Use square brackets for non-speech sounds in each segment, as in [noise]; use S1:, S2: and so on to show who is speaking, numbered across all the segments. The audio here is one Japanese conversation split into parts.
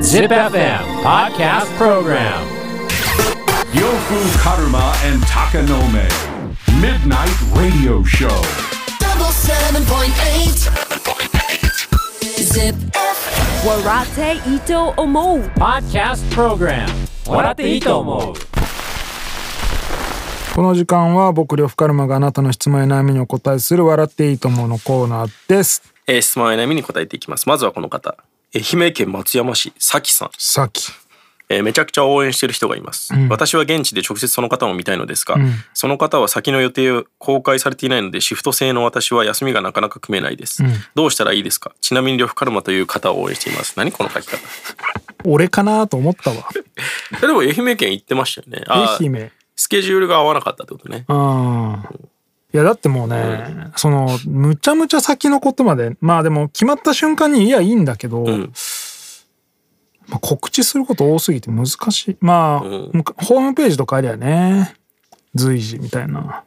S1: Zip FM Podcast Program
S2: Yofu Karuma and Takanome. Midnight Radio Show.
S3: double seven point eight. Zip.
S4: Warate Ito Omo.
S1: Podcast Program 笑っていいと思う
S5: この時間は僕呂布カルマがあなたの質問や悩みにお答えする笑っていいと思うのコーナーです
S6: えー質問や悩みに答えていきます。まずはこの方。愛媛県松山市、さきさん、
S5: さっき
S6: えーめちゃくちゃ応援してる人がいます、私は現地で直接その方を見たいのですが、その方は先の予定を公開されていないので、シフト制の私は休みがなかなか組めないです。どうしたらいいですかちなみに、呂布カルマという方を応援しています。何この書き方。
S5: 俺かなと思ったわ
S6: えでも、愛媛県行ってましたよね。あー
S5: 愛媛
S6: スケジュールが合わなかったってことね。
S5: うんいやだってもうね、そのむちゃむちゃ先のことまでまあでも決まった瞬間にいやいいんだけど、
S6: うん。
S5: まあ告知すること多すぎて難しいまあ、
S6: うん
S5: むかホームページとかありゃね随時みたいな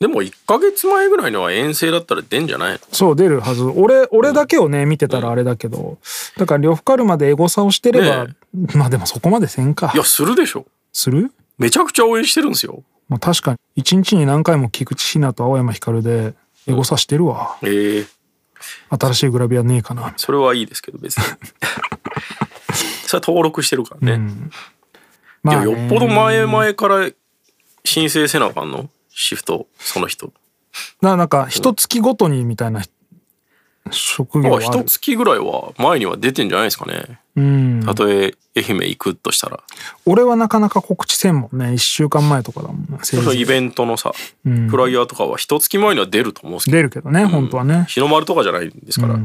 S6: でも、1ヶ月前ぐらいのは遠征だったら出んじゃないの
S5: そう出るはず俺俺だけをね見てたらあれだけどだから呂布カルマでエゴサをしてれば、
S6: ね
S5: まあでもそこまでせんか
S6: いや、するでしょ。
S5: する
S6: めちゃくちゃ応援してるんですよ。
S5: もう確かに一日に何回も菊池ひなと青山ひかるでエゴサしてるわ、
S6: えー
S5: 新しいグラビアねえかな
S6: それはいいですけど別に
S5: [laughs]
S6: それは登録してるからね,、
S5: まあ
S6: いやよっぽど前々から申請せなあかんのシフトその人
S5: ななんか一月ごとにみたいな職業
S6: ま
S5: はあ
S6: あ一
S5: る
S6: 月ぐらいは前には出てんじゃないですかね
S5: うん
S6: たとえ愛媛行くとしたら、
S5: 俺はなかなか告知せんもんね1週間前とかだもんねせい
S6: そ
S5: ぜ
S6: の
S5: い
S6: イベントのさ、フライヤーとかは一月前には出ると思うんですけど
S5: 出るけどね、本当はね
S6: 日の丸とかじゃないんですから、
S5: 日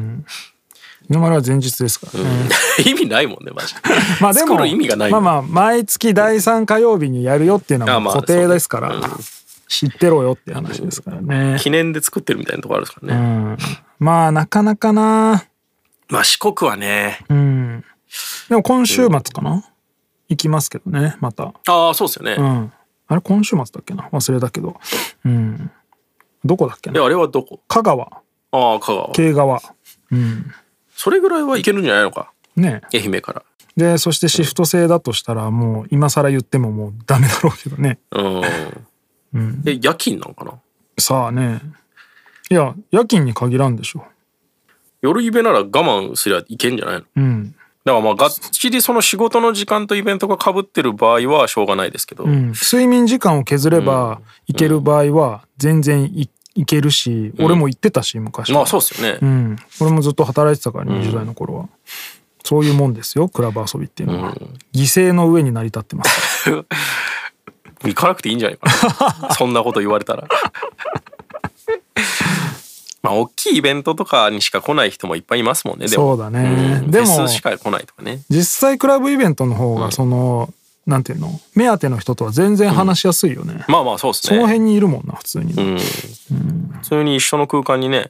S5: の丸は前日ですからね、
S6: [laughs] 意味ないもんねマジで
S5: まあで
S6: 作
S5: も
S6: る意味がない
S5: まあまあ毎月第3火曜日にやるよっていうの
S6: あ
S5: は
S6: あま
S5: も
S6: あ
S5: う固定ですから、
S6: そうねうん
S5: 知ってろよって話ですからね、
S6: 記念で作ってるみたいなとこあるんですから
S5: う
S6: ね、
S5: ん、まあなかなかな
S6: まあ四国はね
S5: うんでも今週末かな、行きますけどねまた
S6: ああそうですよね、
S5: うんあれ今週末だっけな忘れたけどうんどこだっけ
S6: で
S5: な
S6: あれはどこ
S5: 香川
S6: ああ香川
S5: 慶川
S6: それぐらいはいけるんじゃないのか
S5: ね
S6: 愛媛から
S5: でそしてシフト制だとしたらもう今更言ってももうダメだろうけどね
S6: うん。え、夜勤なのかな
S5: さあねいや夜勤に限らんでしょ
S6: 夜イベなら我慢すりゃいけんじゃないの
S5: うん
S6: だからまあ、がっちりその仕事の時間とイベントが被ってる場合はしょうがないですけど、
S5: うん、睡眠時間を削ればいける場合は全然いいけるし、俺も行ってたし昔
S6: まあそうっすよね。
S5: うん、俺もずっと働いてたから20代の頃は、そういうもんですよクラブ遊びっていうのは、犠牲の上に成り立ってます
S6: 行かなくていいんじゃないか
S5: [laughs]
S6: な。そんなこと言われたら。 [laughs] まあ、大きいイベントとかにしか来ない人もいっぱいいますも [laughs] んね、で
S5: そ
S6: も。
S5: うだね
S6: ん
S5: でも
S6: フェスしか来ないとかね。
S5: 実際クラブイベントの方がその、なんていうの目当ての人とは全然話しやすいよね、
S6: まあまあ、そうっすね。
S5: その辺にいるもんな普通に、
S6: うん。普通に一緒の空間にね、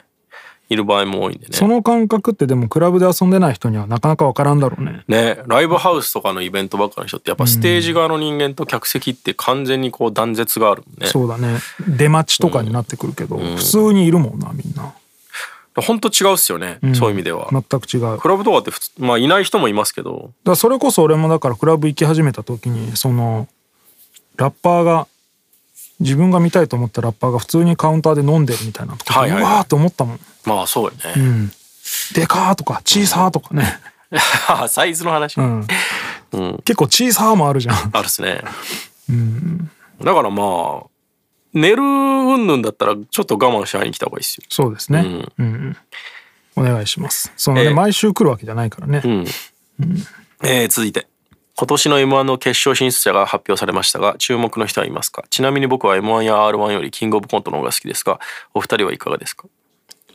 S6: いる場合も多いんでね。
S5: その感覚ってでもクラブで遊んでない人にはなかなかわからんだろうね
S6: ね、ライブハウスとかのイベントばっかの人ってやっぱステージ側の人間と客席って完全にこう断絶があるもんね、
S5: そうだね出待ちとかになってくるけど、普通にいるもんなみんな
S6: ほんと違うっすよね、そういう意味では、
S5: 全く違う
S6: クラブとかって普通まあいない人もいますけど
S5: だからそれこそ俺もだからクラブ行き始めた時にそのラッパーが自分が見たいと思ったラッパーが普通にカウンターで飲んでるみたいなとか、
S6: はいはいはいう
S5: わーって思ったもん
S6: まあそうよね、
S5: でかーとか小さーとかね、
S6: [laughs] サイズの話、
S5: うん結構小さーもあるじゃ
S6: [laughs]
S5: ん
S6: あるっすね、だからまあ寝る云々だったらちょっと我慢し合いに来た方がいいっすよ
S5: そうですね、うんお願いしますそのね、
S6: ええ
S5: 毎週来るわけじゃないからね、
S6: えー続いて今年の m 1の決勝進出者が発表されましたが注目の人はいますかちなみに僕は m 1や r 1よりキングオブコントの方が好きですがお二人はいかがですか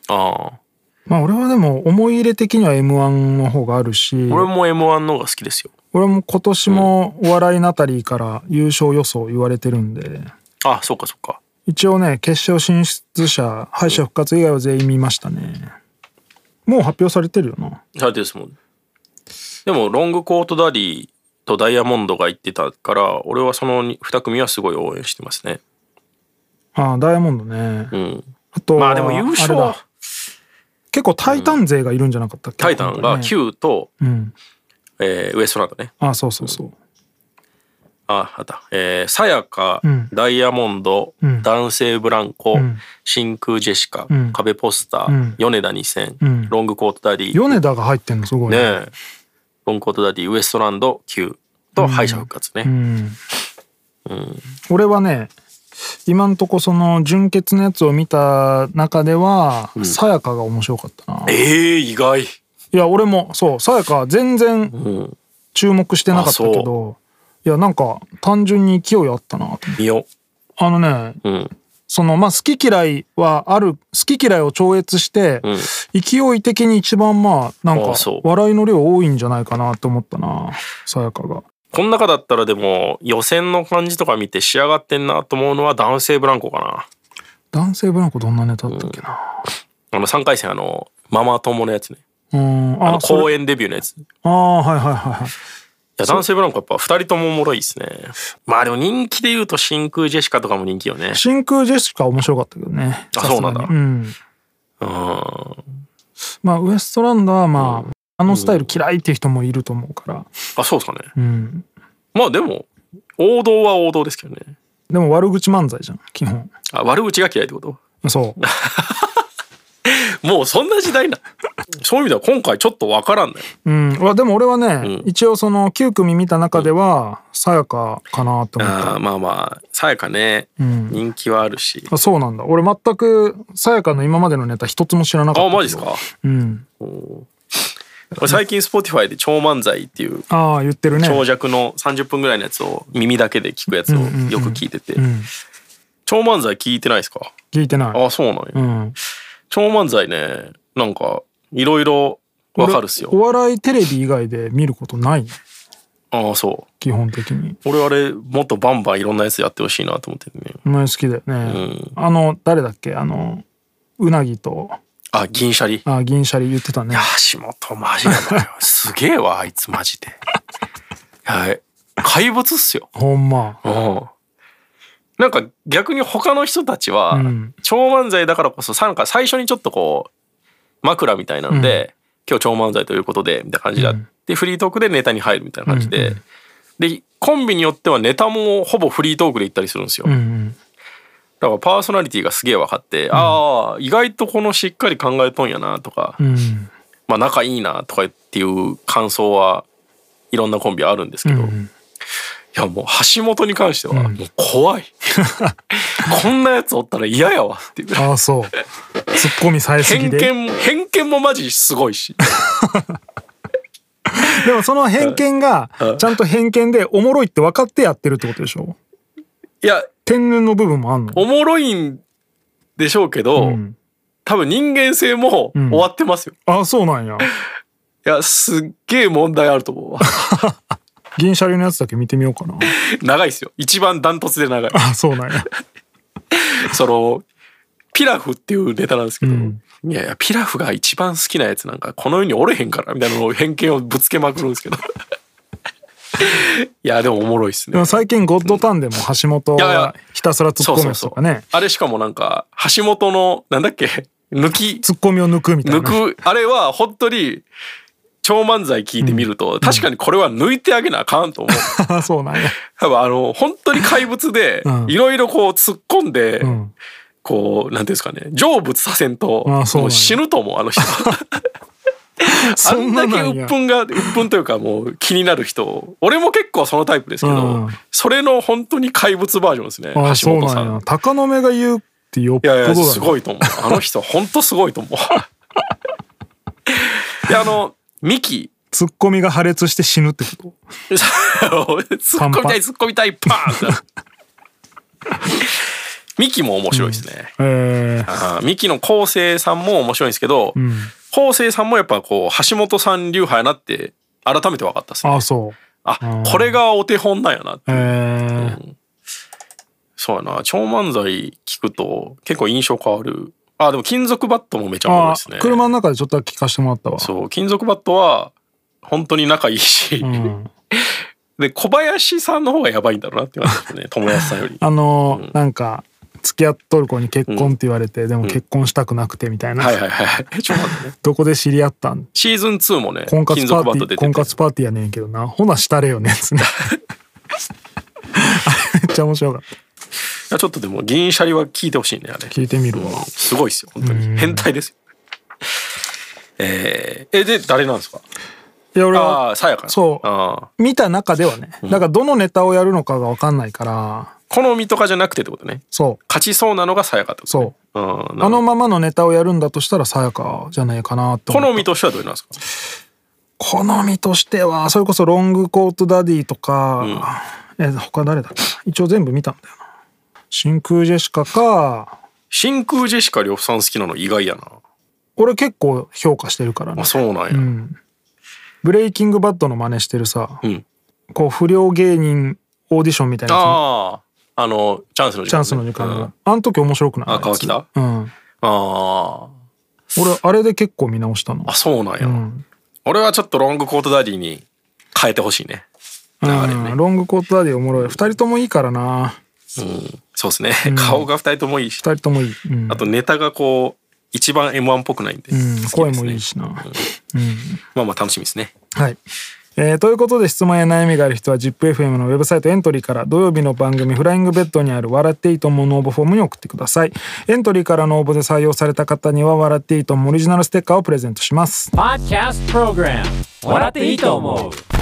S6: ああ
S5: まあ俺はでも思い入れ的には m 1の方があるし
S6: 俺も m 1の方が好きですよ
S5: 俺も今年もお笑いナタリーから優勝予想言われてるんで
S6: あそうかそうか
S5: 一応ね決勝進出者敗者復活以外は全員見ましたねもう発表されてるよな
S6: されてるですもんでもロングコートダディとダイヤモンドが言ってたから俺はその2組はすごい応援してますね
S5: ああダイヤモンドね
S6: うん
S5: あと
S6: まあでも優
S5: あれ
S6: 勝
S5: だ結構タイタン勢がいるんじゃなかったっけ、
S6: タイタンが
S5: 9
S6: Q と、
S5: うん
S6: えーウエストランドね
S5: あそうそうそう
S6: ああったえーさやか
S5: うん
S6: ダイヤモンド、
S5: うん
S6: 男性ブランコ、
S5: ん
S6: 真空ジェシカ、
S5: ん
S6: 壁ポスター、
S5: ん
S6: 米田2000、
S5: ん
S6: ロングコートダディね
S5: 米田が入ってんのすごいね
S6: えロングコートダディウエストランド Q と敗者復活ね、
S5: うん、俺はね今んとこその純潔のやつを見た中ではさやかが面白かったな、い
S6: えー、意外
S5: や俺もそうさやか全然
S6: ん
S5: 注目してなかったけ
S6: あ
S5: ど、いやなんか単純に勢いあったなと
S6: 見よ
S5: あのね
S6: ううん
S5: そのまあ好き嫌いはある好き嫌いを超越して、
S6: うん
S5: 勢い的に一番まあなんか
S6: あそう
S5: 笑いの量多いんじゃないかなと思ったなさやかが
S6: この中だったらでも予選の感じとか見て仕上がってんなと思うのは男性ブランコかな
S5: 男性ブランコどんなネタだったっけな
S6: あの3回戦あのママ友のやつね
S5: うん
S6: あの
S5: それ
S6: 公演デビューのやつ
S5: ああはいはいはいはい
S6: いや男性ブランコやっぱ2人ともおもろいですねまあでも人気で言うと真空ジェシカとかも人気よね
S5: 真空ジェシカ面白かったけどね
S6: あ
S5: さすがに
S6: そうなんだ
S5: うん
S6: うんあ
S5: まあウエストランドはまあ、あのスタイル嫌いっていう人もいると思うから
S6: そうですかね
S5: うん
S6: まあでも王道は王道ですけどね
S5: でも悪口漫才じゃん基本
S6: あ悪口が嫌いってこと
S5: そう
S6: もうそんな時 [laughs] 代なそういう意味では今回ちょっとわからんね
S5: うんうわでも俺はね、
S6: うん
S5: 一応その9組見た中ではさやかかなって思った
S6: あーまあまあさやかね、
S5: ん
S6: 人気はあるし
S5: あそうなんだ俺全くさやかの今までのネタ一つも知らなかった
S6: あ
S5: けど
S6: マジですか
S5: うん
S6: 俺最近 Spotify で超漫才っていう
S5: ああ言ってるね
S6: 長尺の30分ぐらいのやつを耳だけで聞くやつをよく聞いてて、
S5: ん
S6: 超漫才聞いてないですか
S5: 聞いてない
S6: あそうなんや、
S5: うん
S6: 超漫才ねなんかいろいろわかるっすよ
S5: 俺お笑いテレビ以外で見ることない
S6: ああそ
S5: 基本的に
S6: う俺あれもっとバンバンいろんなやつやってほしいなと思ってね
S5: お前好きだよね、あの誰だっけあのうなぎと
S6: あ銀シャリ
S5: あ銀シャリ言ってたね
S6: 橋本マジやばいよすげえわあいつマ [laughs] ジではい怪物っすよ
S5: ほんま
S6: うんなんか逆に他の人たちは、
S5: うん
S6: 超漫才だからこそさなんか最初にちょっとこう枕みたいなので、今日超漫才ということでみたいな感じであって、フリートークでネタに入るみたいな感じで、でコンビによってはネタもほぼフリートークで行ったりするんですよ、
S5: うんう
S6: だ
S5: ん
S6: からパーソナリティがすげえ分かって、ああ意外とこのしっかり考えとんやなとか、
S5: うん
S6: まあ仲いいなとかっていう感想はいろんなコンビあるんですけど、いやもう橋本に関してはもう怖い、
S5: [laughs]
S6: こんなやつおったら嫌やわっていう
S5: ああそうツッコミさえすぎ
S6: 偏
S5: で
S6: 見も偏見もマジすごいし
S5: でもその偏見がちゃんと偏見でおもろいって分かってやってるってことでしょ
S6: いや
S5: 天然の部分もあんの
S6: おもろいんでしょうけど、
S5: うん
S6: 多分人間性も終わってますよ、
S5: ああそうなんや
S6: いやすっげえ問題あると思うわ [laughs]
S5: 銀シャリのやつだけ見てみようかな
S6: 長いっすよ一番ダントツで長い
S5: ああそうなんや
S6: そのピラフっていうネタなんですけど、
S5: うん
S6: いやいやピラフが一番好きなやつなんかこの世におれへんからみたいなのを偏見をぶつけまくるんですけど [laughs] いやでもおもろいっす
S5: で
S6: ね
S5: も最近ゴッドタンでも橋本
S6: いやいや
S5: はひたすらツッコミをするとかね
S6: あれしかもなんか橋本のなんだっけ抜き
S5: ツッコミを抜くみたいな
S6: 抜くあれは本当に超漫才聞いてみると、確かにこれは抜いてあげなあかんと思う
S5: [laughs] ああそうなんや
S6: 多分あの本当に怪物で
S5: [laughs] うん
S6: いろいろこう突っ込んで、
S5: うん
S6: こうなんていうんですかね成仏させんと
S5: ああそうなんや
S6: もう死ぬと思うあの人あ
S5: [laughs] そ
S6: ん
S5: な
S6: だ
S5: ん
S6: け
S5: や
S6: 鬱憤が鬱憤というかもう気になる人俺も結構そのタイプですけど、
S5: うん
S6: それの本当に怪物バージョンですね
S5: ああ
S6: 橋本
S5: そ
S6: さ
S5: うんなんや鷹の目が言うってよっ
S6: い
S5: ぽどだ
S6: やいや、
S5: ね
S6: すごいと思う。あの人、ほんとすごいと思う。 [laughs] いや、あの、
S5: [laughs]
S6: ミキ、
S5: ツッコミが破裂して死ぬってこと
S6: 突っ込みたい、突っ込みたい、パーンって。ミキも面白いですね。
S5: ええ
S6: あーミキの昴生さんも面白いんですけど、
S5: ん
S6: 昴生さんもやっぱこう、橋本さん流派やなって、改めて分かったです
S5: あ
S6: ね
S5: あ。そう
S6: あ
S5: うん
S6: これがお手本なんやなって。
S5: ええ
S6: そうやな、超漫才聞くと、結構印象変わる。あ、でも金属バットもめちゃ面白い
S5: あ
S6: ですね。
S5: 車の中でちょっとだけ聞かせてもらったわ
S6: そう金属バットは本当に仲いいし、
S5: ん [laughs]
S6: で小林さんの方がやばいんだろうなって感じですね友達さんより
S5: あのーなんか付き合っとる子に結婚って言われて、でも結婚したくなくてみたいな、
S6: はいはいはい。ちょっと待ってね。
S5: どこで知り合ったん
S6: シーズン2もね、
S5: 婚活
S6: 金
S5: パ
S6: 属バ
S5: ーテ
S6: ット
S5: ィ
S6: 出
S5: ー
S6: て
S5: 婚
S6: て。
S5: 活パーティーやねんけどなほなしたれよねっつって [laughs] あれめっちゃ面白かっ
S6: いやちょっとでも、銀シャリは聞いてほしいね、あれ。
S5: 聞いてみるわ
S6: うんすごいですよ、本当に。変態ですよ。えーえ、で、誰なんですか
S5: たいや俺
S6: あ
S5: は
S6: あ、さやかな
S5: そう
S6: あー
S5: 見た中ではねだからどのネタをやるのかが分かんないから
S6: 好みとかじゃなくてってことね。
S5: そう
S6: 勝ちそうなのがさやかってこと、。
S5: そう
S6: うん。
S5: うあ
S6: あ
S5: の
S6: の、
S5: ままのネタをやるんだとしたらさやかじゃないかなって思う
S6: 好みとしてはどれなんですか
S5: 好みとしてはそれこそロングコートダディとか、え他誰だっけな一応全部見たんだよな真空ジェシカか
S6: 真空ジェシカ呂布さん好きなの意外やな。
S5: 俺結構評価してるからね
S6: あ、そうなんや。うん。
S5: ブレイキングバッドの真似してるさこう不良芸人オーディションみたいなやつね
S6: ああ、あの、チャンスの時間ね、
S5: チャンスの時間
S6: う
S5: が、
S6: ん
S5: あの時面白くない
S6: あ
S5: あいつ
S6: 川
S5: うん
S6: あ
S5: 俺あれで結構見直したの
S6: あ、あ、そうなんや。
S5: うん
S6: 俺はちょっとロングコートダディに変えてほしいね。流れね
S5: うんロングコートダディおもろい二人ともいいからな
S6: うん。そうですね。顔が二人ともいいし、
S5: 二人ともいい、うん
S6: あとネタがこう、一番 M1 っぽくないんで。
S5: うん
S6: 好きですね
S5: 声もいいしな、
S6: まあまあ楽しみですね。
S5: はい。えーということで質問や悩みがある人は ZIPFM のウェブサイトエントリーから土曜日の番組「フライングベッド」にある「笑っていいと思う」の応募フォームに送ってくださいエントリーからの応募で採用された方には「笑っていいと思う」オリジナルステッカーをプレゼントします
S1: Podcast Program 笑っていいと思う